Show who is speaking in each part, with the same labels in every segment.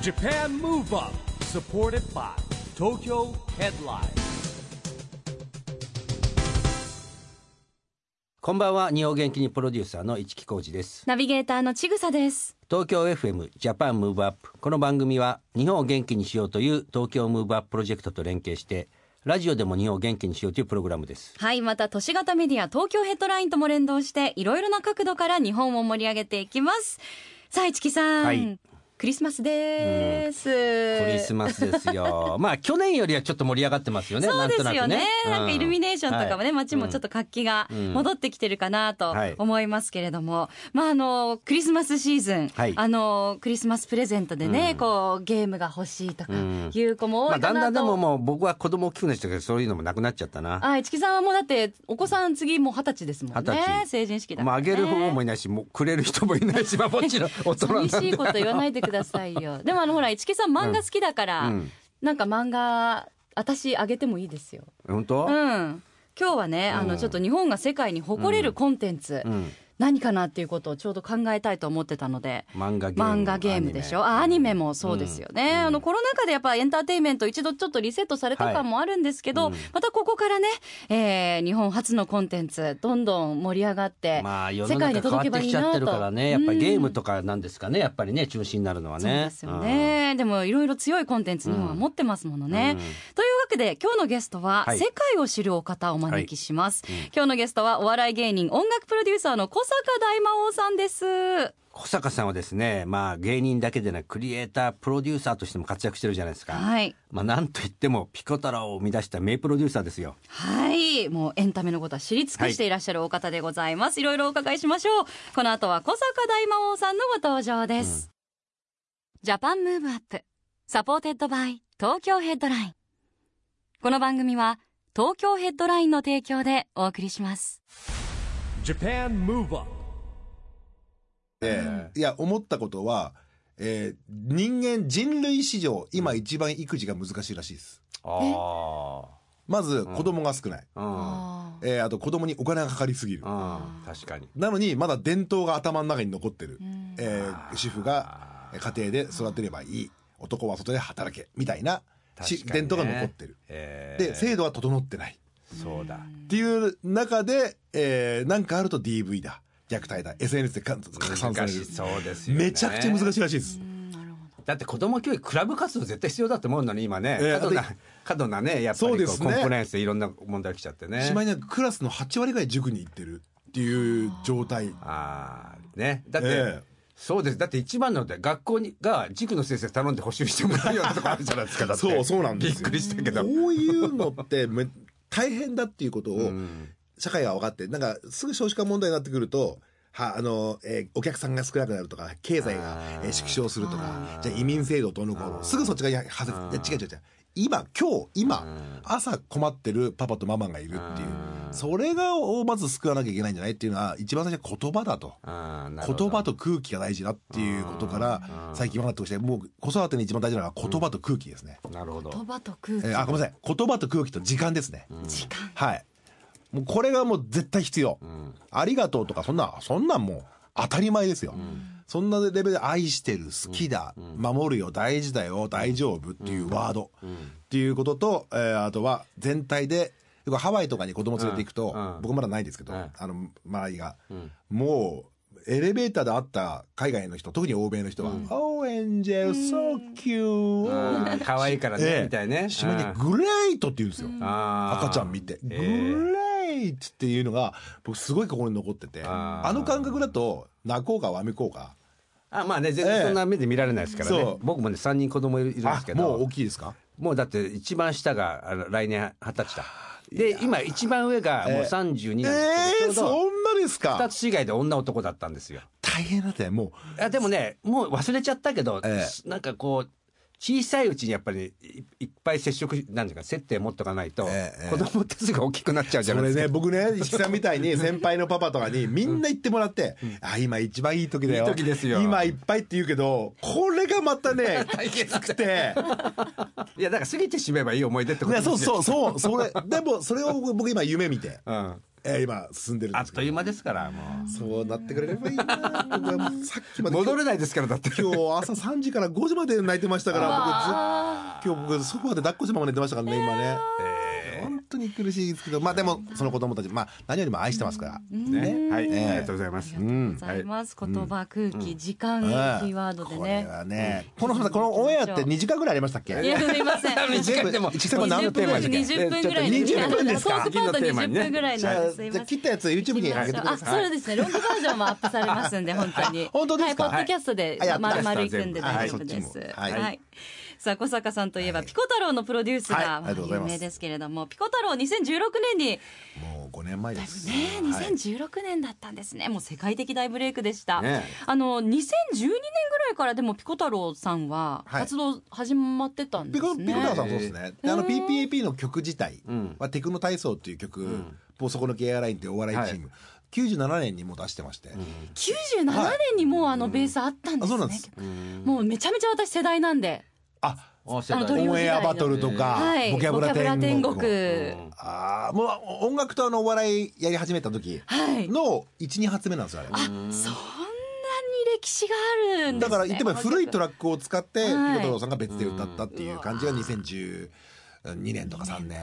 Speaker 1: Japan Move Up supported by Tokyo Headline
Speaker 2: こんばんは日本元気にプロデューサーの市木浩司です
Speaker 3: ナビゲーターのちぐさです。
Speaker 2: 東京 FM ジャパンムーブアップこの番組は日本を元気にしようという東京ムーブアッププロジェクトと連携してラジオでも日本を元気にしようというプログラムです
Speaker 3: はい、また都市型メディア東京ヘッドラインとも連動して、いろいろな角度から日本を盛り上げていきます。さあ、市木さん、
Speaker 2: はい
Speaker 3: クリスマスです。
Speaker 2: クリスマスです よまあ去年よりはちょっと盛り上がってますよね
Speaker 3: そうですよね。
Speaker 2: な
Speaker 3: なん
Speaker 2: と
Speaker 3: ん
Speaker 2: く
Speaker 3: かイルミネーションとかもね、
Speaker 2: うん
Speaker 3: 街もちょっと活気が
Speaker 2: ん
Speaker 3: 戻ってきてるかなと
Speaker 2: はい
Speaker 3: 思いますけれども、まああのクリスマスシーズン、
Speaker 2: はい
Speaker 3: あのクリスマスプレゼントでね、こうゲームが欲しいとか
Speaker 2: うん
Speaker 3: いう子
Speaker 2: ま
Speaker 3: も多
Speaker 2: あ
Speaker 3: い
Speaker 2: だ
Speaker 3: か
Speaker 2: んだ
Speaker 3: なん
Speaker 2: でも
Speaker 3: と。
Speaker 2: もう僕は子供大きくなっちゃったけどそういうのもなくなっちゃったな
Speaker 3: あ、市木さんはもうだってお子さん次もう二十歳ですもん
Speaker 2: 二十
Speaker 3: ね。
Speaker 2: 歳
Speaker 3: 成人式だか
Speaker 2: まあ
Speaker 3: ら、
Speaker 2: あ
Speaker 3: ね。
Speaker 2: げる方もいないしもうくれる人もいないしまあもちろん大人なん
Speaker 3: 寂
Speaker 2: で
Speaker 3: しいこと言わないでくださいよ。でもあのほら、市木さん漫画好きだから、
Speaker 2: うんうん
Speaker 3: なんか漫画、私あげてもいいですよ。
Speaker 2: 本当、
Speaker 3: うん。今日はね、あの、ちょっと日本が世界に誇れるコンテンツ、
Speaker 2: うん
Speaker 3: 何かなっていうことをちょうど考えたいと思ってたので。
Speaker 2: 漫画ゲーム
Speaker 3: 漫画ゲームでしょ
Speaker 2: アニメ
Speaker 3: あアニメもそうですよね、あのコロナ禍でやっぱエンターテインメント一度ちょっとリセットされた感もあるんですけど、またここからね、えー日本初のコンテンツどんどん盛り上がって、
Speaker 2: まあ世の中変わってきちゃってるからねやっぱりゲームとかなんですかねやっぱりね中心になるのはね
Speaker 3: そうですよね、でもいろいろ強いコンテンツ日本は持ってますものね、というわけで今日のゲストは
Speaker 2: はい
Speaker 3: 世界を知るお方をお招きします、今日のゲストはお笑い芸人音楽プロデューサーの小坂大魔王さんです
Speaker 2: 小坂さんはですねまあ芸人だけでなくクリエイタープロデューサーとしても活躍してるじゃないですか、
Speaker 3: はい
Speaker 2: まあなんといってもピコ太郎を生み出した名プロデューサーですよ
Speaker 3: はいもうエンタメのことは知り尽くしていらっしゃるお方でございます、いろいろお伺いしましょうこの後は小坂大魔王さんのご登場です、ジャパンムーブアップサポーテッドバイ東京ヘッドラインこの番組は東京ヘッドラインの提供でお送りします
Speaker 1: Japan Move Up
Speaker 4: でいや思ったことは、えー人間人類史上今一番育児が難しいらしいです
Speaker 2: あ
Speaker 4: まず子供が少ない、
Speaker 2: あ
Speaker 4: えーあと子供にお金がかかりすぎる
Speaker 2: うん、うん、確かに
Speaker 4: なのにまだ伝統が頭の中に残ってる、えー主婦が家庭で育てればいい男は外で働けみたいなし
Speaker 2: 確かにね
Speaker 4: 伝統が残ってる
Speaker 2: え
Speaker 4: で制度は整ってない
Speaker 2: ー、そうだ
Speaker 4: っていう中で、えーなんかあると DV だ虐待だ SNS でか拡散さ
Speaker 2: 難
Speaker 4: れ
Speaker 2: し
Speaker 4: る
Speaker 2: そうですよね
Speaker 4: めちゃくちゃ難しいらしいです、
Speaker 2: だって子供教育クラブ活動絶対必要だと思うのに今ね、
Speaker 4: ええ
Speaker 2: 過度な
Speaker 4: だって
Speaker 2: 過度なねやっぱりこ
Speaker 4: そう
Speaker 2: う
Speaker 4: です
Speaker 2: コ
Speaker 4: ね
Speaker 2: ンプライアンスでいろんな問題が来ちゃってね
Speaker 4: しまいにはクラスの8割ぐらい塾に行ってるっていう状態
Speaker 2: ああねだって、
Speaker 4: ええ
Speaker 2: そうですだって一番なので学校にが塾の先生頼んで補習してもらうようなとこあるじゃないですかだって
Speaker 4: そうそうなんです
Speaker 2: びっく
Speaker 4: よ
Speaker 2: りしたけど、
Speaker 4: こういうのってめ大変だっていうことを社会が分かってなんかすぐ少子化問題になってくるとはあの、えーお客さんが少なくなるとか経済が
Speaker 2: あ、ー
Speaker 4: えー縮小するとかじゃあ移民制度どうのこうのすぐそっちがやはせいや違う違う違う今今日今朝困ってるパパとママがいるっていうそれがをまず救わなきゃいけないんじゃないっていうのは一番最初は言葉だと。
Speaker 2: あーなるほど
Speaker 4: 言葉と空気が大事だっていうことから最近分かってきてもう子育てに一番大事なのは言葉と空気ですね、
Speaker 2: なるほど
Speaker 3: 言葉と空気、
Speaker 4: えーあごめんなさい言葉と空気と時間ですね、
Speaker 3: 時間
Speaker 4: はいもうこれがもう絶対必要、ありがとうとかそんなそんなんもう当たり前ですよ、そんなレベルで愛してる好きだ、守るよ大事だよ大丈夫っていうワード、っていうことと、えーあとは全体でよくハワイとかに子供連れて行くと、
Speaker 2: うんうん
Speaker 4: 僕まだないですけど、
Speaker 2: うん
Speaker 4: あの周りが、もうエレベーターで会った海外の人特に欧米の人は「Oh, Angel, so cute!、
Speaker 2: あー可愛いからね、
Speaker 4: ええ
Speaker 2: みたいね
Speaker 4: しまいに
Speaker 2: うん
Speaker 4: グレートって言うんですよ。
Speaker 2: あー
Speaker 4: 赤ちゃん見て。グレ
Speaker 2: ええ
Speaker 4: ートっていうのが、僕すごい心に残ってて、
Speaker 2: あ
Speaker 4: あ
Speaker 2: ー
Speaker 4: の感覚だと、泣こうかわめこうか。
Speaker 2: あまあね全然そんな目で見られないですからね、
Speaker 4: ええそう
Speaker 2: 僕もね3人子供いるいるんで
Speaker 4: あ
Speaker 2: すけ、ど
Speaker 4: もう大きいですか
Speaker 2: もうだって一番下があの来年二十歳だで今一番上がもう32なん
Speaker 4: え
Speaker 2: ですけど、
Speaker 4: え
Speaker 2: ちょうど
Speaker 4: そんなです
Speaker 2: 二
Speaker 4: か
Speaker 2: つ違いで女男だったんですよ
Speaker 4: 大変だって、も
Speaker 2: いやでもねもう忘れちゃったけど、
Speaker 4: え
Speaker 2: なんかこう小さいうちにやっぱりいいっぱい接触なんていうか接点持っとかないと、
Speaker 4: ええええ
Speaker 2: 子供ってすぐ大きくなっちゃう
Speaker 4: う。
Speaker 2: じゃ
Speaker 4: そ
Speaker 2: ないで
Speaker 4: れ
Speaker 2: すか
Speaker 4: ね、僕ね、石木さんみたい に先輩のパパとかにみんな言ってもらって、あ、今一番いい時だよ。
Speaker 2: いい時ですよ
Speaker 4: 今いっぱいって言うけど、これがまたね、 きつくて。
Speaker 2: いやだから過ぎてしまえばいい思い出って
Speaker 4: い
Speaker 2: こと
Speaker 4: や
Speaker 2: です
Speaker 4: そ
Speaker 2: よ
Speaker 4: うそうそう、それ。でも、それを僕今夢見て。
Speaker 2: うん、
Speaker 4: えー今進んでるん
Speaker 2: あ
Speaker 4: で
Speaker 2: っ
Speaker 4: す
Speaker 2: と
Speaker 4: け
Speaker 2: いう間ですからもう
Speaker 4: どそうなってくれればいいな僕はもうさっきまで
Speaker 2: 戻れないですからだって
Speaker 4: 今日朝3時から5時まで泣いてましたから僕ず今日僕ソファーで抱っこしてまま寝てましたからね今ね、本当に苦しいですけどまあでもその子供たちまあ何よりも愛してますから、
Speaker 2: ねはい、
Speaker 4: ええ
Speaker 2: ありがとうございま
Speaker 3: あり
Speaker 2: す
Speaker 3: がとうございます。言葉、空気、時間、キーワードで
Speaker 4: これ
Speaker 3: ね。
Speaker 4: はね、このこのオンエアって2時間ぐらいありましたっけ
Speaker 3: いや、すみません。
Speaker 2: 短いでも
Speaker 4: 一番何の
Speaker 3: 20
Speaker 4: テーマです
Speaker 3: 分、20
Speaker 4: か
Speaker 3: 分ぐらい
Speaker 4: えちょっと20分ですか
Speaker 3: トークパート20分ぐらい
Speaker 4: じ
Speaker 3: な
Speaker 4: ゃ
Speaker 3: ん
Speaker 4: あ
Speaker 3: です。すいませ
Speaker 4: じゃあ
Speaker 3: ん
Speaker 4: 切ったやつ YouTube に上げてくだ
Speaker 3: あ、
Speaker 4: さい
Speaker 3: そうですね。ロングバージョンもアップされますんで、本当に。
Speaker 4: 本当ですか
Speaker 3: はい、ポッドキャストで
Speaker 4: はい、
Speaker 3: ま
Speaker 4: あ
Speaker 3: るまるいくんで
Speaker 4: はい
Speaker 3: 大丈夫です
Speaker 4: そっち。も
Speaker 3: は。
Speaker 4: はいい
Speaker 3: さあ、小坂さんといえば、ピコ太郎のプロデュース
Speaker 4: はい
Speaker 3: が、
Speaker 4: ありがとうござい
Speaker 3: 有
Speaker 4: ます
Speaker 3: 名ですけれども、ピコ太郎2016年に、
Speaker 4: もう5年前です、
Speaker 3: ね、
Speaker 4: はい
Speaker 3: 2016年だったんですね。もう世界的大ブレイクでした。
Speaker 2: ね
Speaker 3: あの、2012年ぐらいからでもピコ太郎さんは
Speaker 4: はい
Speaker 3: 活動始まってたんで
Speaker 4: ピコ
Speaker 3: す
Speaker 4: ピ
Speaker 3: ね。
Speaker 4: コ太郎さんそうですね。であの PPAP の曲自体はテクノ体操っていう曲、もうそこのゲアラインってお笑いチーム、97年にもう出してまして、
Speaker 3: 97年にもうあのベースあったんで
Speaker 4: あ
Speaker 3: す
Speaker 4: そう
Speaker 3: ね。
Speaker 4: なんです。
Speaker 3: もうめちゃめちゃ私世代なんで。
Speaker 4: あ、
Speaker 2: お世
Speaker 3: あの
Speaker 2: 代
Speaker 3: ドリーム
Speaker 4: オンエアバトルとか、
Speaker 3: はい。
Speaker 4: ボキャブラ天国。
Speaker 3: 国
Speaker 4: ああ、もう音楽とあのお笑いやり始めた時
Speaker 3: はい。
Speaker 4: の1、2発目なんですよ、あれ。
Speaker 3: あ、そんなに歴史があるんです
Speaker 4: だ
Speaker 3: ね。
Speaker 4: から言っても古いト
Speaker 3: ラ
Speaker 4: ラックを使って、ピコ
Speaker 3: はい
Speaker 4: 太郎さんが別で歌ったっていう感じが2012年とか3年。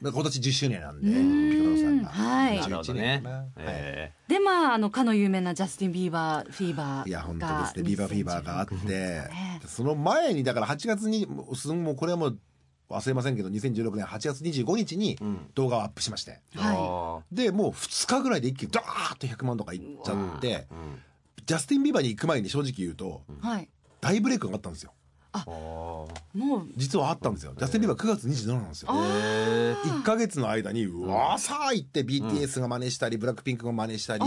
Speaker 4: 今年10周年なんで、
Speaker 3: ん
Speaker 4: ピコ太郎さんが。
Speaker 3: はい
Speaker 2: なるほど
Speaker 4: 11
Speaker 2: ね
Speaker 4: 年かなはい
Speaker 2: え
Speaker 3: で、まあ、あの、かの有名なジャスティン・ビーバー、フィーバーが。
Speaker 4: いや本当ですねビーバーフィーバーがあって、
Speaker 3: ね
Speaker 4: その前にだから8月にもうすんもうこれはもう忘れませんけど2016年8月25日に
Speaker 2: ん
Speaker 4: 動画をアップしまして、
Speaker 2: え
Speaker 3: はい
Speaker 2: あ
Speaker 4: でもう2日ぐらいで一気にダーッと100万とかいっちゃって、
Speaker 2: ーうん
Speaker 4: ジャスティン・ビーバーに行く前に正直言うと
Speaker 3: はい。
Speaker 4: 大ブレイクがあったんですよ
Speaker 2: あー
Speaker 3: もう、
Speaker 4: 実はあったんですよジャスティン・ビーバー9月27なんですよ。
Speaker 2: えー
Speaker 4: 1か月の間にうわーさーいって BTS が真似したり、ブラックピンクが真似したり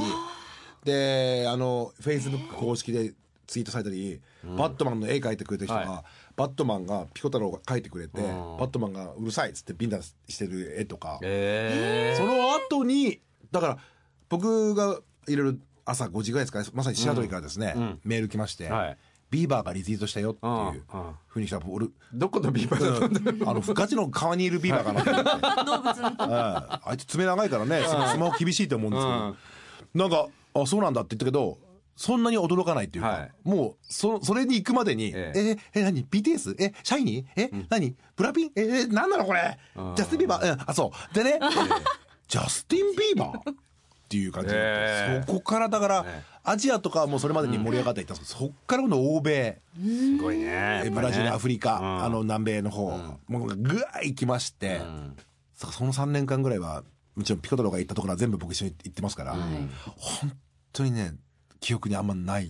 Speaker 4: であのフェイスブック公式でツイートされたり、バットマンの絵描いてくれた人が、
Speaker 2: は
Speaker 4: バットマンがピコ太郎が描いてくれて、
Speaker 2: うん
Speaker 4: バットマンがうるさいっつってビンタしてる絵とか、
Speaker 2: え
Speaker 4: その後にだから僕がいろいろ朝5時ぐらいですかねまさにシアトルからですね、
Speaker 2: うん
Speaker 4: メール来まして、
Speaker 2: はい
Speaker 4: ビーバーがリツイートしたよって
Speaker 2: うんう
Speaker 4: い
Speaker 2: ん
Speaker 4: うふうにしたら俺
Speaker 2: どこのビーバーだったんだ
Speaker 4: あのガチの川にいるビーバーかなと思っ て。
Speaker 3: 動物の。
Speaker 4: はいあいつ爪長いからね、スマホ厳しいと思うんですけど、なんか、あ、そうなんだって言ったけど、そんなに驚かないっていうか、
Speaker 2: はい
Speaker 4: もう、そ、それに行くまでに、
Speaker 2: え
Speaker 4: え
Speaker 2: え
Speaker 4: え、え、何 ?BTS? え、シャイニーえ、何ブラピンえ、え、何なのこれ
Speaker 2: うん
Speaker 4: ジャスティン・ビーバーうん、あ、そう。でね、ジャスティン・ビーバーっていう感じになって、
Speaker 2: ええ
Speaker 4: そこからだから、
Speaker 2: え
Speaker 4: アジアとかはもうそれまでに盛り上がっていったんですけど、そこからの欧米、
Speaker 2: すごいねやっぱね
Speaker 4: ブラジル、アフリカ、
Speaker 2: うん
Speaker 4: あの南米の方、もうぐわー行きまして、そその3年間ぐらいは、もちろんピコ太郎が行ったところは全部僕一緒に行ってますから、本当にね、記憶にあんまない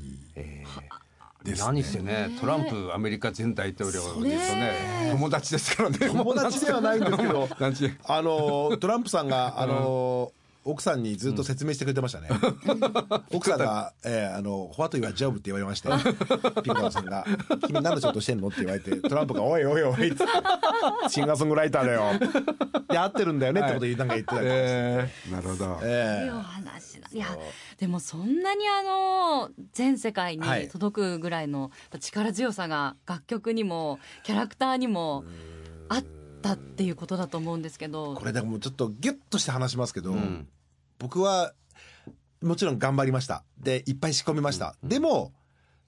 Speaker 4: です、ね。
Speaker 2: 何せねトランプアメリカ前大統領とね友達ですからね
Speaker 4: 友達ではないんですけど
Speaker 2: なんちゅう
Speaker 4: あの、トランプさんが、あの、奥さんにずっと説明してくれてましたね。奥さんが、えー、あの、What you are job って言われまして、ピンカーさんが、君何の仕事してんのって言われて、トランプが、おいおいおいっつって、シンガーソングライターだよ。で、合ってるんだよねってこと言いなんか言ってたりとかして
Speaker 2: えーなるほど
Speaker 4: え
Speaker 3: いい
Speaker 4: え
Speaker 3: お話だいやでもそんなにあの全世界に
Speaker 4: はい
Speaker 3: 届くぐらいの力強さが楽曲にもキャラクターにもあったっていうことだと思うんですけど
Speaker 4: これでもうちょっとギュッとして話しますけど、僕は、もちろん頑張りました。で、いっぱい仕込みました。でも、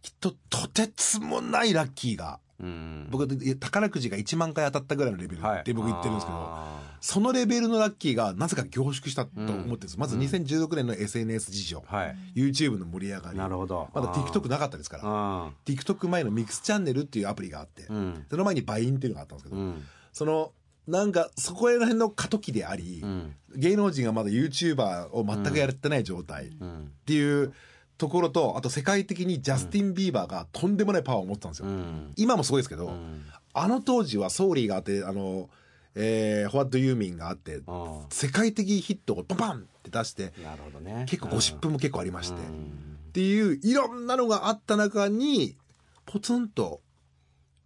Speaker 4: きっととてつもないラッキーが、
Speaker 2: うん
Speaker 4: 僕宝くじが1万回当たったぐらいのレベル
Speaker 2: はい
Speaker 4: って僕言ってるんですけど、
Speaker 2: あ
Speaker 4: そのレベルのラッキーがなぜか凝縮したと思ってるんです、まず2016年の SNS 事情、
Speaker 2: ーはい
Speaker 4: YouTube の盛り上がり
Speaker 2: なるほど
Speaker 4: まだ TikTok なかったですから
Speaker 2: あ
Speaker 4: TikTok 前のミックスチャンネルっていうアプリがあって、
Speaker 2: ーうん
Speaker 4: その前にバインっていうのがあったんですけ
Speaker 2: う
Speaker 4: ど、
Speaker 2: ん
Speaker 4: そのなんかそこら辺の過渡期であり、
Speaker 2: うん
Speaker 4: 芸能人がまだ YouTuber を全くやってない状態っ
Speaker 2: うん
Speaker 4: ていうところとあと世界的にジャスティン・ビーバーがとんでもないパワーを持ってたんですよ、
Speaker 2: うん
Speaker 4: 今もすごいですけど、
Speaker 2: うん
Speaker 4: あの当時はソーリーがあって、あの、えー、ホワットユーミンがあって、
Speaker 2: あー
Speaker 4: 世界的ヒットをバンバンって出して、
Speaker 2: なるほどね
Speaker 4: 結構ゴシップも結構ありまして、
Speaker 2: う
Speaker 4: っ
Speaker 2: ん
Speaker 4: ていういろんなのがあった中に、ポツンと、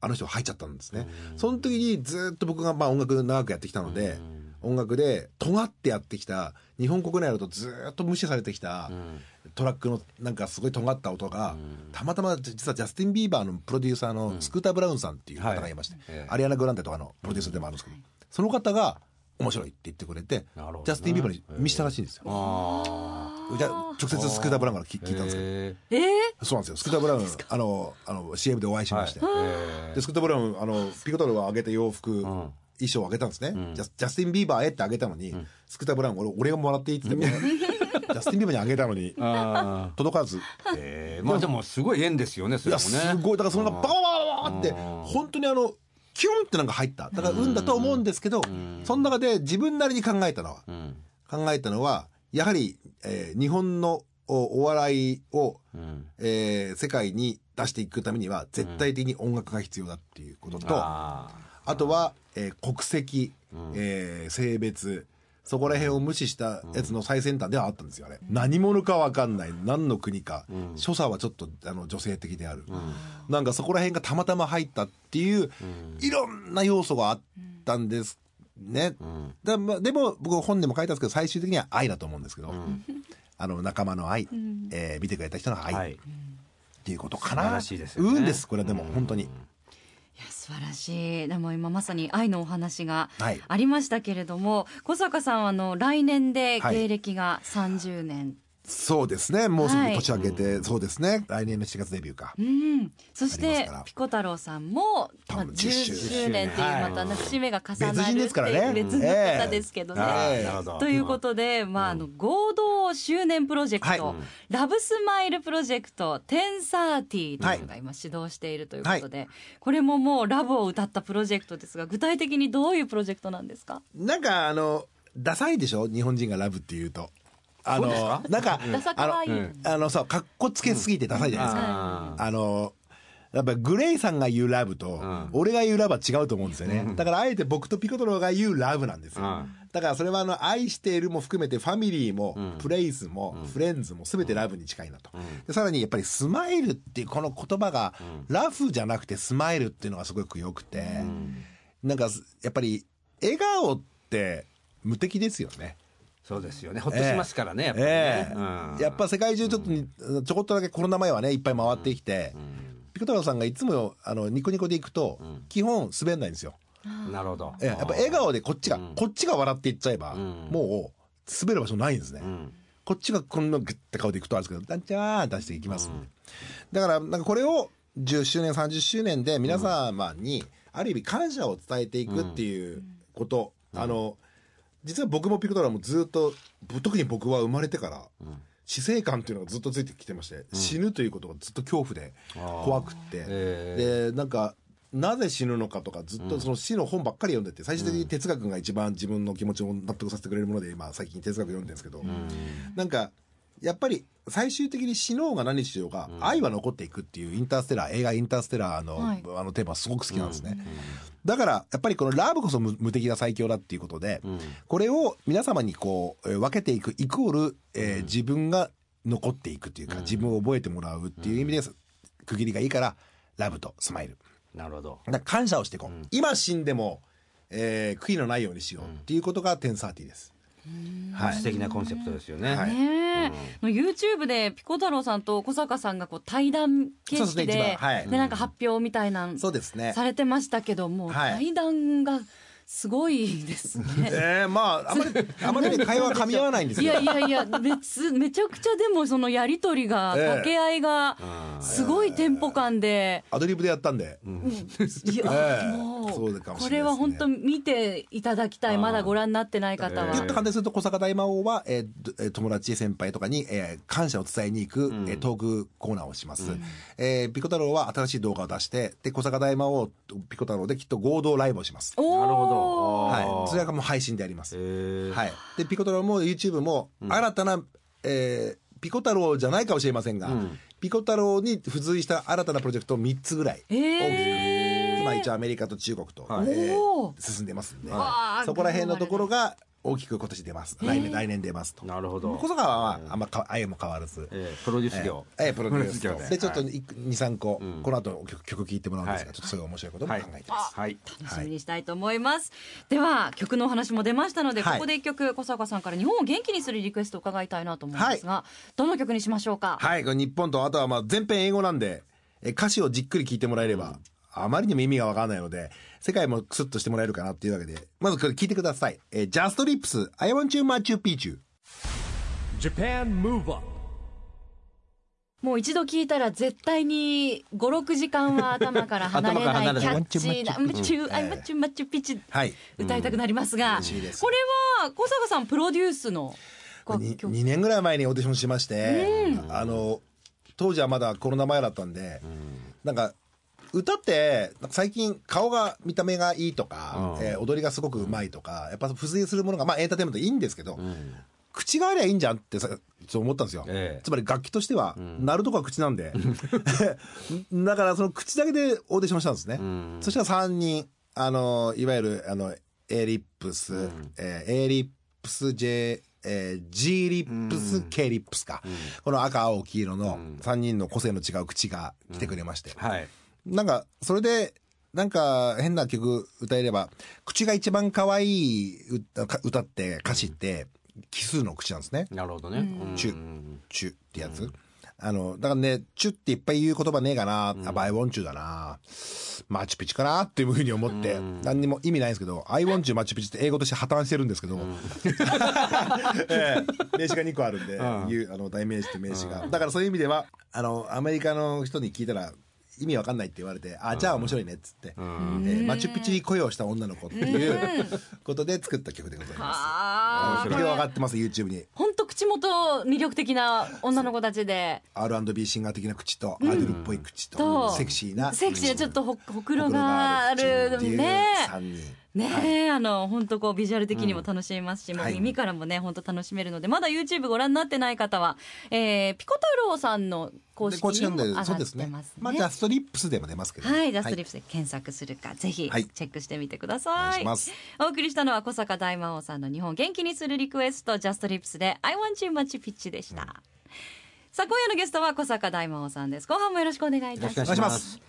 Speaker 4: あの人が入っちゃったんですね。その時にずっと僕がまあ音楽長くやってきたので、音楽で尖ってやってきた、日本国内だとずっと無視されてきた、
Speaker 2: うん
Speaker 4: トラックのなんかすごい尖った音が、たまたま実はジャスティン・ビーバーのプロデューサーのスクーター・ブラウンさんっていう方がいまして、
Speaker 2: はいええ
Speaker 4: アリアナ・グランデとかのプロデューサーでもあるんですけど、その方が面白いって言ってくれて、
Speaker 2: なるほどね
Speaker 4: ジャスティン・ビーバーに見したらしいんですよ。
Speaker 2: あ
Speaker 4: じゃ直接スクーター・ブラウンから聞聞いたんですけど、
Speaker 2: え
Speaker 3: えー、
Speaker 4: そうなんですよ。スクーター・ブラウン、あの、あの、CM でお会いしまして、で、スクーター・ブラウン、あの、ピコ太郎があげた洋服、衣装をあげたんですね、ジャス。ジャスティン・ビーバーへってあげたのに、スクーター・ブラウン、俺、俺がもらっていいって言って、 ジャスティン・ビーバーにあげたのに、
Speaker 2: あ
Speaker 4: 届かず。
Speaker 2: ーえーまあでもすごい縁ですよねそ
Speaker 4: い
Speaker 2: れ
Speaker 4: や
Speaker 2: もね
Speaker 4: すごいだからそれがバカバカバカって本当にあのキュンってなんか入っただから運だと思うんですけどその中で自分なりに考えたのは
Speaker 2: うん
Speaker 4: 考えたのはやはり、えー日本のおお笑いを、
Speaker 2: うん
Speaker 4: えー世界に出していくためには絶対的に音楽が必要だっていうことと、あ
Speaker 2: あ
Speaker 4: とは、えー国籍、えー性別そこら辺を無視したやつの最先端ではあったんですよあれ何者か分かんない何の国か、所作はちょっとあの女性的である、なんかそこら辺がたまたま入ったっていう、いろんな要素があったんですね、だまあでも僕本でも書いたんですけど最終的には愛だと思うんですけど、 あの仲間の愛、えー見てくれた人の
Speaker 2: ー
Speaker 4: 愛、
Speaker 2: はい
Speaker 4: っていうことかな
Speaker 2: 素晴らしいですよね
Speaker 4: 運ですこれはでも本当に
Speaker 3: いや素晴らしいでも今まさに愛のお話が
Speaker 4: はい
Speaker 3: ありましたけれども、小坂さんはあの来年で
Speaker 4: はい
Speaker 3: 芸歴が30年、
Speaker 4: そうですねもうすぐ
Speaker 3: はい
Speaker 4: 年明けて、そうですね来年の4月デビューか、
Speaker 3: うん、そし
Speaker 4: ありま
Speaker 3: て
Speaker 4: すから
Speaker 3: ピコ太郎さんも、まあ、
Speaker 4: 多
Speaker 3: 10
Speaker 4: 分10周
Speaker 3: 周年っていう
Speaker 4: はい
Speaker 3: また節目が重なる
Speaker 4: 別人ですからね
Speaker 3: っていう別の方ですけどね。
Speaker 2: あー
Speaker 4: ええ
Speaker 2: なるほど
Speaker 3: ということで、まあ、あの合同周年プロジェクト、
Speaker 4: はい
Speaker 3: ラブスマイルプロジェクト1030という
Speaker 4: はい
Speaker 3: のが今指導しているということで、これももうラブを歌ったプロジェクトですが具体的にどういうプロジェクトなんですか
Speaker 4: なんかあのダサいでしょ日本人がラブっていうとあのなんか
Speaker 3: ダサ
Speaker 4: あ
Speaker 3: 可愛い
Speaker 4: のあのさかっこつけすぎてダサいじゃないですか、
Speaker 2: あ
Speaker 4: あのやっぱりグレイさんが言うラブと、俺が言うラブは違うと思うんですよね、だからあえて僕とピコトロが言うラブなんですよ、
Speaker 2: うん
Speaker 4: だからそれはあの愛しているも含めてファミリーも、プレイスも、フレンズも全てラブに近いなと、でさらにやっぱりスマイルっていうこの言葉が、ラフじゃなくてスマイルっていうのがすごく良くて、なんかやっぱり笑顔って無敵ですよね
Speaker 2: そうですよねほっとしますからねやっぱり
Speaker 4: え
Speaker 2: ね
Speaker 4: え
Speaker 2: うん
Speaker 4: やっぱ世界中ちょっとに、ちょこっとだけコロナ前はねいっぱい回ってきて、ピコ太郎さんがいつもあのニコニコで行くと、基本滑んないんですよ、
Speaker 2: なるほど
Speaker 4: ええやっぱ笑顔でこっちが、こっちが笑っていっちゃえば、もう滑る場所ないんですね、こっちがこんなグッて顔でいくとあるんですけど「ダンチャーン」出していきます、だからなんかこれを10周年30周年で皆様にある意味感謝を伝えていくっていうこと、あの実は僕もピコトラもずっとぶ特に僕は生まれてから、死生観っていうのがずっとついてきてまして、死ぬということがずっと恐怖で怖くって、でなんかなぜ死ぬのかとかずっとその死の本ばっかり読んでて最終的に哲学が一番自分の気持ちを納得させてくれるもので今最近哲学読んでるんですけど、なんかやっぱり最終的に死のうが何しようが愛は残っていくっていうインターステラー映画「インターステラーの」
Speaker 3: はい
Speaker 4: あのテーマすごく好きなんですね。だからやっぱりこのラブこそ無無敵な最強だっていうことで、これを皆様にこうえー分けていくイコール、えー自分が残っていくっていうか、自分を覚えてもらうっていう意味です、区切りがいいからラブとスマイル
Speaker 2: なるほど
Speaker 4: だから感謝をしていこう、今死んでも、えー悔いのないようにしようっていうことが1030です、はい
Speaker 2: 素敵なコンセプトですよね
Speaker 4: はい
Speaker 3: ねえ、YouTube でピコ太郎さんと小坂さんがこう対談形
Speaker 4: そう
Speaker 3: 式
Speaker 4: ですね
Speaker 3: で
Speaker 4: 一番はい
Speaker 3: でなんか発表みたいなの
Speaker 4: そうですね
Speaker 3: されてましたけども、
Speaker 4: は
Speaker 3: 対
Speaker 4: い
Speaker 3: 談がすごいですね。
Speaker 4: ええまああまり あまりね会話が噛み合わないんです
Speaker 3: い
Speaker 4: よ
Speaker 3: やいやいや別めちゃくちゃでもそのやり取りが
Speaker 4: ええ
Speaker 3: 掛け合いがすごいテンポ感で。
Speaker 4: アドリブでやったんで、
Speaker 3: い
Speaker 4: え
Speaker 3: や
Speaker 4: え
Speaker 3: も
Speaker 4: そううかも
Speaker 3: こ
Speaker 4: しれ
Speaker 3: れ
Speaker 4: ない
Speaker 3: は
Speaker 4: ですね
Speaker 3: 本当見ていただきたいまだご覧になってない方は
Speaker 4: ピュッと簡単にすると小坂大魔王は、えーどえー友達先輩とかに、えー感謝を伝えに行く、えートークコーナーをします、えーピコ太郎は新しい動画を出してで小坂大魔王とピコ太郎できっと合同ライブをします
Speaker 3: おー
Speaker 2: なるほど
Speaker 4: はい、それがもう配信であります、
Speaker 2: え
Speaker 4: はい、でピコ太郎も YouTube も新たな、えーピコ太郎じゃないかもしれませんが、ピコ太郎に付随した新たなプロジェクトを3つぐらい、
Speaker 3: ええ
Speaker 4: 今一応アメリカと中国と、
Speaker 2: はい
Speaker 4: えー
Speaker 3: おー
Speaker 4: 進んでますんで、
Speaker 3: わあ
Speaker 4: そこら辺のところが大きく今年出ます、来年来年出ますと
Speaker 2: なるほど
Speaker 4: 小坂は、まあ、あんまか愛も変わらず、
Speaker 2: ええプロデュース業
Speaker 4: ええプロデュース
Speaker 2: プロ
Speaker 4: と
Speaker 2: デュース業で
Speaker 4: でちょっと23個、この後曲曲聴いてもらうんですが、
Speaker 2: はい
Speaker 4: ちょっとそういう面白いことも
Speaker 2: は
Speaker 4: 考
Speaker 2: い
Speaker 4: えてます、
Speaker 2: はい
Speaker 3: 楽しみにしたいと思います、では曲のお話も出ましたので、
Speaker 4: はい
Speaker 3: ここで一曲小坂さんから日本を元気にするリクエストを伺いたいなと思うんですが、どの曲にしましょうか、
Speaker 4: はい、これ日本とあとはまあ全編英語なんで、え歌詞をじっくり聞いてもらえれば、あまりにも意味がわからないので、世界もクスッとしてもらえるかなっていうわけで、まずこれ聞いてください。えー、ジャストリップス、I want you Machu Picchu。
Speaker 1: Japan Move Up,
Speaker 3: もう一度聞いたら絶対に56時間は頭から離れ
Speaker 2: 頭から離
Speaker 3: な
Speaker 2: れ
Speaker 3: いキ
Speaker 2: な
Speaker 3: ャ
Speaker 2: い
Speaker 3: ッチーな「マッチューアイマッチューマッチューピッチ」
Speaker 4: はい。
Speaker 3: 歌いたくなりますが、
Speaker 4: しいです
Speaker 3: これは小坂さんプロデュースの楽
Speaker 4: に
Speaker 3: 曲
Speaker 4: 2年ぐらい前にオーディションしまして、あの当時はまだコロナ前だったんで、なんか歌ってなんか最近顔が見た目がいいとか、えー踊りがすごくうまいとかやっぱ付随するものがまあエンターテインメントいいんですけど、口がありゃいいんじゃんってさそう思ったんですよ、
Speaker 2: ええ
Speaker 4: つまり楽器としては、鳴るとこは口なん でだからその口だけでオーディションしたんですね、そしたら3人あのいわゆるあのエリップス、えーエリップス J えー、G リップス、K リップスか、この赤青黄色の3人の個性の違う口が来てくれまして、
Speaker 2: はい。
Speaker 4: なんか、それで、なんか変な曲歌えれば、口が一番可愛いう歌歌って歌詞って、奇数の口なんですね。
Speaker 2: なるほどね。うん
Speaker 4: チュ、チュってやつ。あの、だからね、チュっていっぱい言う言葉ねえかな、あ、I want you だな、マチュピチュかなっていうふうに思って、何にも意味ないんですけど、I want you マチュピチュって英語として破綻してるんですけど、 ええ名詞が2個あるんで、いうあの代名詞と名詞が、だからそういう意味ではあのアメリカの人に聞いたら意味わかんないって言われて「あじゃあ面白いね」っつって、えーマチュピチュに恋をした女の子」っていうことで作った曲でございます。
Speaker 3: あ
Speaker 4: あのビデオ上がってます YouTube に
Speaker 3: 本当口元魅力的な女の子たちで
Speaker 4: R&B シンガー的な口とアイドルっぽい口と、
Speaker 3: と
Speaker 4: セクシーな
Speaker 3: セクシーでちょっとほほくろ
Speaker 4: 心
Speaker 3: がある
Speaker 4: 口っていう
Speaker 3: ね
Speaker 4: 3人。
Speaker 3: ねえ、あの本当こうビジュアル的にも楽しめますし、もう
Speaker 4: はい
Speaker 3: 耳からもね本当楽しめるので、まだ YouTube ご覧になってない方は、えー、ピコ太郎さんの公
Speaker 4: で
Speaker 3: 式
Speaker 4: こっち
Speaker 3: に
Speaker 4: な
Speaker 3: も
Speaker 4: ん
Speaker 3: 上が
Speaker 4: で
Speaker 3: っ
Speaker 4: そうです
Speaker 3: て
Speaker 4: ね
Speaker 3: ますね。
Speaker 4: まあジャストリップスでも出ますけどね
Speaker 3: はい、ジャストリップスで検索するか、ぜひ
Speaker 4: はい
Speaker 3: チェックしてみてくだ
Speaker 4: お願
Speaker 3: さ
Speaker 4: い
Speaker 3: い。
Speaker 4: します
Speaker 3: お送りしたのは小坂大魔王さんの日本元気にするリクエスト、ジャストリップスで I want you much pitch でした。さあ、今夜のゲストは小坂大魔王さんです。後半もよろしくお願いいたし
Speaker 2: お
Speaker 3: ます。
Speaker 2: 願いします。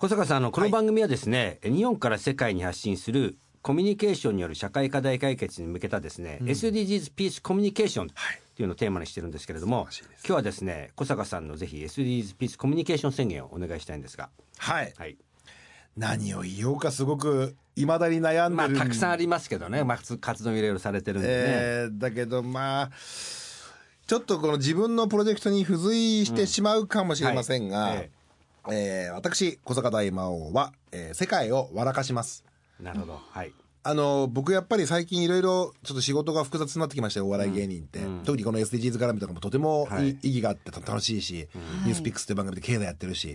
Speaker 2: 小坂さん、あの、この番組はですね、日本から世界に発信するコミュニケーションによる社会課題解決に向けたですね、SDGs ピースコミュニケーションっていうのをテーマにしてるんですけれども、今日はですね、小坂さんのぜひ SDGs ピースコミュニケーション宣言をお願いしたいんですが、
Speaker 4: はい
Speaker 2: はい。
Speaker 4: 何を言おうかすごくいまだに悩ん
Speaker 2: ま
Speaker 4: で
Speaker 2: あ、
Speaker 4: る、
Speaker 2: たくさんありますけどね、まあ、活活動いろいろされてるんでね。
Speaker 4: えーだけどまあちょっとこの自分のプロジェクトに付随してしまうかもしれませんが、
Speaker 2: はいえ
Speaker 4: えー私小坂大魔王は、えー世界を笑かします。
Speaker 2: なるほど。はい。
Speaker 4: あの僕やっぱり最近いろいろちょっと仕事が複雑になってきましたよお笑い芸人って、特にこの SDGs 絡みとかもとてもいい、
Speaker 2: はい
Speaker 4: 意義があって楽しいし「ニュースピックスという番組で経済やってるし、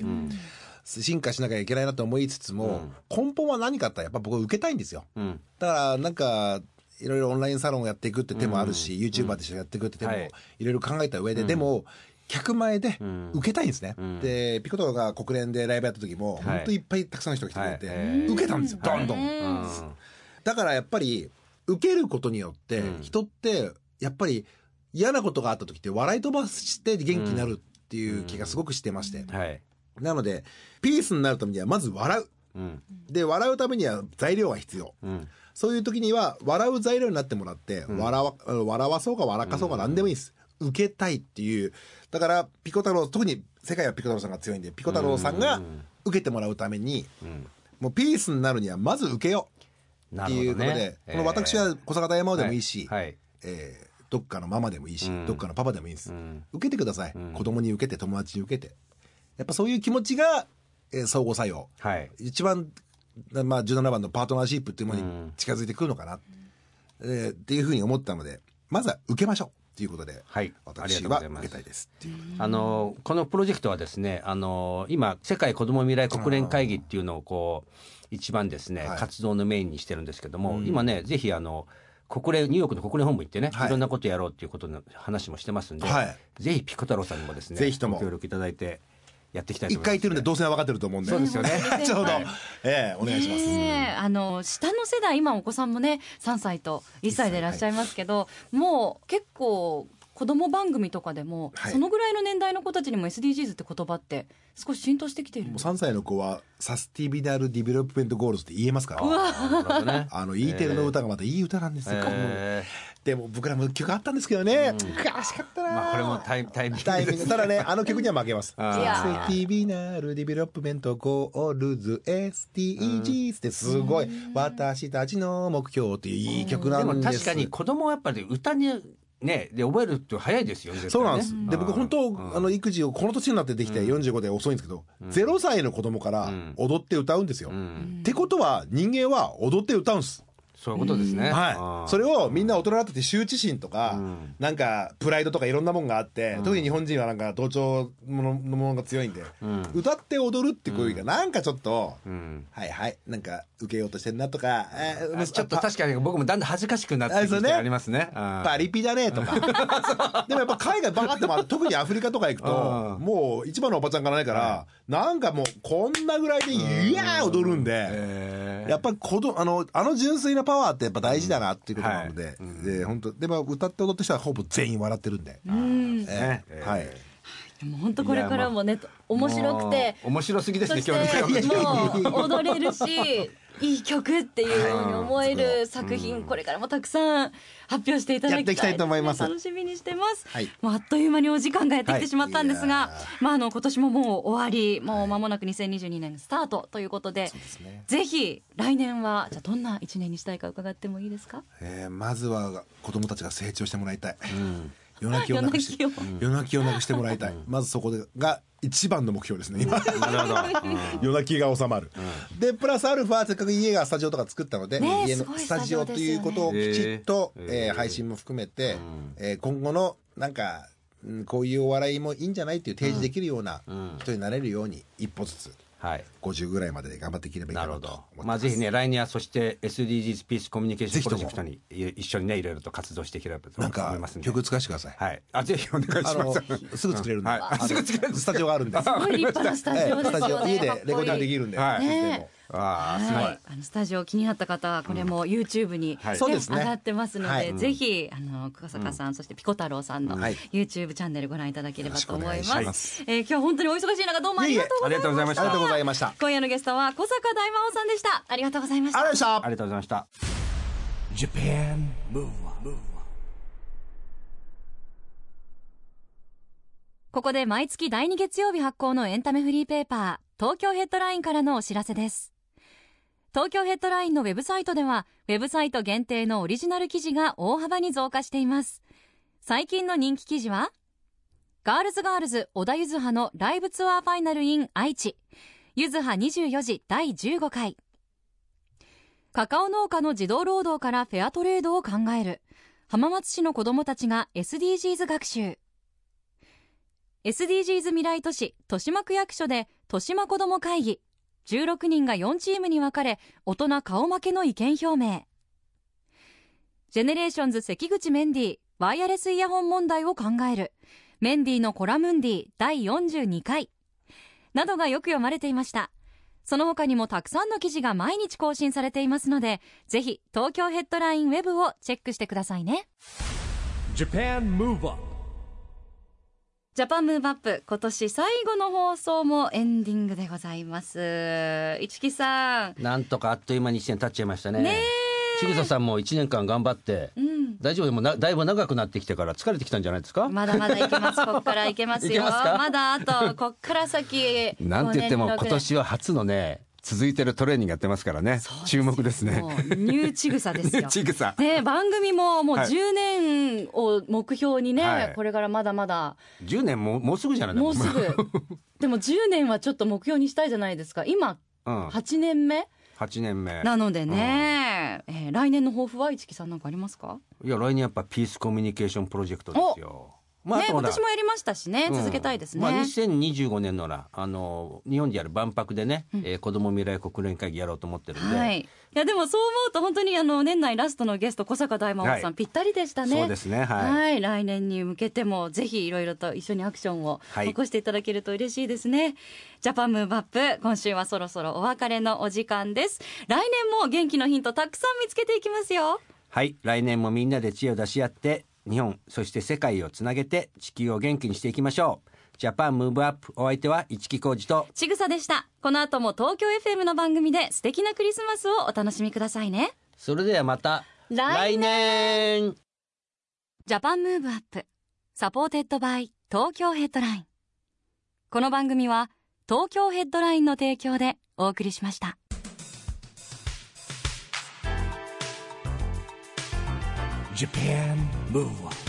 Speaker 4: 進化しなきゃいけないなと思いつつも、根本は何かってやっぱ僕受けたいんですよ、
Speaker 2: ん
Speaker 4: だからなんかいろいろオンラインサロンをやっていくって手もあるし、YouTuber としてやっていくって手も
Speaker 2: はい
Speaker 4: いろいろ考えた上で、でも客前で受けたいんですね、でピコトが国連でライブやった時も、
Speaker 2: はい
Speaker 4: 本当いっぱいたくさんの人が来てくれて、
Speaker 2: はいえ
Speaker 4: 受けたんですよどんどん。
Speaker 2: うん
Speaker 4: だからやっぱり、受けることによって、人って、やっぱり嫌なことがあった時って笑い飛ばして元気になるっていう気がすごくしてまして。
Speaker 2: はい。
Speaker 4: なので、ピースになるためにはまず笑う。
Speaker 2: うん。
Speaker 4: で、笑うためには材料が必要。
Speaker 2: うん。
Speaker 4: そういう時には、笑う材料になってもらって、笑わ、笑わそうか笑かそうか何でもいいです。受けたいっていう。だから、ピコ太郎、特に世界はピコ太郎さんが強いんで、ピコ太郎さんが受けてもらうために、もうピースになるにはまず受けよう。っ
Speaker 2: な
Speaker 4: て
Speaker 2: る
Speaker 4: いう
Speaker 2: ほど
Speaker 4: ことで
Speaker 2: ね、。
Speaker 4: この私は小坂大魔王でもいいし、
Speaker 2: はいはい
Speaker 4: えーどっかのママでもいいし、
Speaker 2: うん
Speaker 4: どっかのパパでもいいです、
Speaker 2: ん
Speaker 4: 受けてください、子供に受けて友達に受けてやっぱそういう気持ちが、えー相互作用、
Speaker 2: えーはい。
Speaker 4: 一番、まあ、17番のパートナーシップっていうもの
Speaker 2: う
Speaker 4: に
Speaker 2: ん
Speaker 4: 近づいてくるのかな、えーっていうふうに思ったのでまずは受けましょうということで、
Speaker 2: はいありが
Speaker 4: 私
Speaker 2: とうご
Speaker 4: は
Speaker 2: ざい
Speaker 4: 受
Speaker 2: ます
Speaker 4: けたいですっていう
Speaker 2: あのこのプロジェクトはですねあの今世界子ども未来国連会議っていうのをこう一番ですね、
Speaker 4: はい
Speaker 2: 活動のメインにしてるんですけども、今ねぜひあの国連ニューヨークの国連本部行ってね、
Speaker 4: はい
Speaker 2: い、ろんなことやろうっていうことの話もしてますんで、
Speaker 4: はい
Speaker 2: ぜひピコ太郎さんにもですね
Speaker 4: ぜひとも
Speaker 2: ご協力いただいてやっていきたいと思い
Speaker 4: 一
Speaker 2: ます
Speaker 4: 回言ってるんで動線は分かってると思うんで
Speaker 2: そうですよね
Speaker 4: ちょうど、えーお願いします、
Speaker 3: ねえあの下の世代今お子さんもね3歳と1歳でいらっしゃいますけど、もう結構子供番組とかでも、
Speaker 4: はい
Speaker 3: そのぐらいの年代の子たちにも SDGs って言葉って少し浸透してきているん
Speaker 4: も
Speaker 3: で
Speaker 4: う
Speaker 3: す
Speaker 4: 3歳の子はサスティビナルディベロップメントゴールズって言えますから
Speaker 2: なるほどね
Speaker 4: あの E テレの歌がまたいい歌なんですよ、
Speaker 2: え
Speaker 4: でも僕らも曲あったんですけどね、悔しかったな、
Speaker 2: まあこれもタイタイミング
Speaker 4: タイミングただねあの曲には負けます「セ
Speaker 2: あー
Speaker 4: ーティビナルディベロップメントゴールズ SDGs」ってすごい「私たちの目標」っていういい曲な
Speaker 2: でも
Speaker 4: んで
Speaker 2: 確
Speaker 4: す
Speaker 2: かに子供はやっぱり歌にねで覚えるって早いですよね絶
Speaker 4: そ
Speaker 2: 対ね
Speaker 4: うなんです。で、僕本当、あの、育児をこの年になってできて45で遅いんですけど、0歳の子供から踊って歌うんですよ。ってことは、人間は踊って歌うんです。
Speaker 2: そういうことですね
Speaker 4: はい。そ
Speaker 2: れ
Speaker 4: れをみんな大人になってて羞恥心とか、なんか、プライドとかいろんなもんがあって、特に日本人はなんか同調もののものが強いんで、歌って踊るって行為がなんかちょっと、はいはい、なんか受けようとしてんなとか、えー
Speaker 2: ちょっと確かに僕もだんだん恥ずかしくなってき
Speaker 4: あそう
Speaker 2: て
Speaker 4: ね
Speaker 2: ありますねあー
Speaker 4: パリピだねと かでもやっぱ海外バカってもある特にアフリカとか行くと
Speaker 2: うん
Speaker 4: もう一番のおばちゃんからないからなんかもうこんなぐらいでいやー踊るんで
Speaker 2: えー
Speaker 4: やっぱり子供あのあの純粋なパワーってやっぱ大事だなっていうことなのでで本当でも歌って踊ってしたらほぼ全員笑ってるんで
Speaker 3: うん
Speaker 4: え
Speaker 2: え
Speaker 4: え
Speaker 2: ー
Speaker 4: はい
Speaker 3: でも本当これからもね、面白
Speaker 2: も
Speaker 3: くて
Speaker 2: う面白すぎです
Speaker 3: そ
Speaker 2: ね
Speaker 3: して
Speaker 2: 今日のテーマ
Speaker 3: もう踊れるしいい曲っていうように思え
Speaker 4: は
Speaker 3: る作品これからもたくさん発表していただきたいですね
Speaker 4: やっていきたいと思います
Speaker 3: 楽しみにしてます、
Speaker 4: はい
Speaker 3: もうあっという間にお時間がやってきてしまったんですが、
Speaker 4: はいいや
Speaker 3: まああの今年ももう終わりもう間もなく2022年スタートということで
Speaker 4: ね
Speaker 3: ぜひ来年はじゃあどんな一年にしたいか伺ってもいいですか
Speaker 4: えーまずは子供たちが成長してもらいたい夜泣きをなくし
Speaker 3: 夜泣き
Speaker 4: 夜泣きをなくしてもらいたいまずそこが一番の目標ですね今
Speaker 2: なるほどうん
Speaker 4: 夜泣きが収まる、でプラスアルファせっかく家がスタジオとか作ったので、
Speaker 3: ねえ
Speaker 4: 家の
Speaker 3: すごい
Speaker 4: スタジオということを
Speaker 2: スタジオ
Speaker 4: き
Speaker 2: ですよ
Speaker 4: ち
Speaker 2: ね
Speaker 4: っと、
Speaker 2: へ
Speaker 4: え
Speaker 2: え
Speaker 4: ー
Speaker 2: へえ
Speaker 4: 配信も含めて、えー今後のなんか、うんこういうお笑いもいいんじゃないっていう提示できるような人になれるように一歩ずつ
Speaker 2: はい
Speaker 4: 50ぐらいまでで頑張っていければいい
Speaker 2: な
Speaker 4: か
Speaker 2: る
Speaker 4: な
Speaker 2: ほ
Speaker 4: と
Speaker 2: ど
Speaker 4: 思って。ます。
Speaker 2: まあぜひね来年はそして SDGs ピースコミュニケーション
Speaker 4: ぜひ
Speaker 2: プ
Speaker 4: と
Speaker 2: ロ
Speaker 4: も
Speaker 2: ジェクトにい一緒にねいろいろと活動していければと思
Speaker 4: なんか
Speaker 2: いますんで。
Speaker 4: 曲作らせてください。
Speaker 2: はい。あぜひお願いし
Speaker 4: あ
Speaker 2: ま
Speaker 4: の
Speaker 2: す。
Speaker 4: すぐ作れるんで、
Speaker 2: はい
Speaker 4: あの
Speaker 2: すぐ作れる
Speaker 4: スタジオがあるんで。
Speaker 3: すごい立派なスタジオですよね、
Speaker 4: 家で
Speaker 3: かっこいい
Speaker 4: レコーディングできるんで、
Speaker 2: はい
Speaker 4: いつでも
Speaker 3: ねえ
Speaker 2: あーすごい
Speaker 3: はい、あのスタジオ気になった方はこれも YouTube に、
Speaker 2: はい
Speaker 3: ね
Speaker 4: そうですね
Speaker 3: 上がってますので、
Speaker 4: はい
Speaker 3: ぜひあの小坂さん、そしてピコ太郎さんの
Speaker 4: はい
Speaker 3: YouTube チャンネルご覧いただければと思います
Speaker 4: よろしくお願いしま
Speaker 3: えー今日は本当にお忙しい中どうもありがとうござい
Speaker 2: いえいえあ
Speaker 3: ました
Speaker 2: りがとうございまし
Speaker 4: あ
Speaker 2: た
Speaker 4: りがとうございました。あり
Speaker 3: 今夜のゲストは小坂大魔王さんでしたありがとうございました
Speaker 4: がとうございました
Speaker 2: あ。りがとうございました。
Speaker 1: Japan Move Up
Speaker 3: ここで毎月第2月曜日発行のエンタメフリーペーパー、東京ヘッドラインからのお知らせです。東京ヘッドラインのウェブサイトでは、ウェブサイト限定のオリジナル記事が大幅に増加しています。最近の人気記事は、ガールズガールズ小田ゆずはのライブツアーファイナルイン愛知、ゆずは24時第15回。カカオ農家の児童労働からフェアトレードを考える。浜松市の子供たちが SDGs 学習。SDGs 未来都市豊島区役所で豊島子ども会議16人が4チームに分かれ大人顔負けの意見表明ジェネレーションズ関口メンディーワイヤレスイヤホン問題を考えるメンディーのコラムンディ第42回などがよく読まれていましたその他にもたくさんの記事が毎日更新されていますのでぜひ東京ヘッドラインウェブをチェックしてくださいね
Speaker 1: Japan Move Up
Speaker 3: ジャパンムーブアップ今年最後の放送もエンディングでございます一木さん
Speaker 2: なんとかあっという間に一年経っちゃいましたね。
Speaker 3: ね
Speaker 2: ちぐささんも一年間頑張って、
Speaker 3: うん
Speaker 2: 大丈夫でもなだいぶ長くなってきてから疲れてきたんじゃないですか。
Speaker 3: まだまだい けますこっからいけます
Speaker 2: いけ
Speaker 3: よ
Speaker 2: ますか
Speaker 3: まだあとこっから先
Speaker 2: なんて言って
Speaker 3: 5
Speaker 2: も
Speaker 3: 年
Speaker 2: 今年は初のね続いてるトレーニングやってますからね
Speaker 3: そうです
Speaker 2: 注目ですね
Speaker 3: もうニューちぐさで すよ
Speaker 2: ちぐさ
Speaker 3: ね番組ももう
Speaker 2: はい
Speaker 3: 10年を目標にね、
Speaker 2: はい
Speaker 3: これからまだまだ
Speaker 2: 10年ももうすぐじゃない
Speaker 3: もうす ぐでも10年はちょっと目標にしたいじゃないですか今
Speaker 2: うん、
Speaker 3: 8年目
Speaker 2: 8年目
Speaker 3: なのでね、えー来年の抱負は一木さんなんかありますか
Speaker 2: いや来年やっぱピースコミュニケーションプロジェクトですよま
Speaker 3: ね、
Speaker 2: とほ
Speaker 3: 今
Speaker 2: ら
Speaker 3: 年もやりましたしね、続けたいですね。
Speaker 2: まあ、2025年のほらあの日本でやる万博でね、えー子ども未来国連会議やろうと思ってるんで、
Speaker 3: はい、いやでもそう思うと本当にあの年内ラストのゲスト小坂大魔王さん、
Speaker 2: はい
Speaker 3: ぴったりでしたね。
Speaker 2: そうですねはい
Speaker 3: はい来年に向けてもぜひいろいろと一緒にアクションを
Speaker 2: はい
Speaker 3: 起こしていただけると嬉しいですね、ジャパンムーブアップ今週はそろそろお別れのお時間です来年も元気のヒントたくさん見つけていきますよ
Speaker 2: はい来年もみんなで知恵を出し合って日本そして世界をつなげて地球を元気にしていきましょうジャパンムーブアップお相手は市木浩二と
Speaker 3: ちぐさでしたこの後も東京 FM の番組で素敵なクリスマスをお楽しみくださいね
Speaker 2: それではまた
Speaker 3: 来
Speaker 2: 来年
Speaker 3: ジャパンムーブアップサポーテッドバイ東京ヘッドラインこの番組は東京ヘッドラインの提供でお送りしました「
Speaker 1: Japan Move Up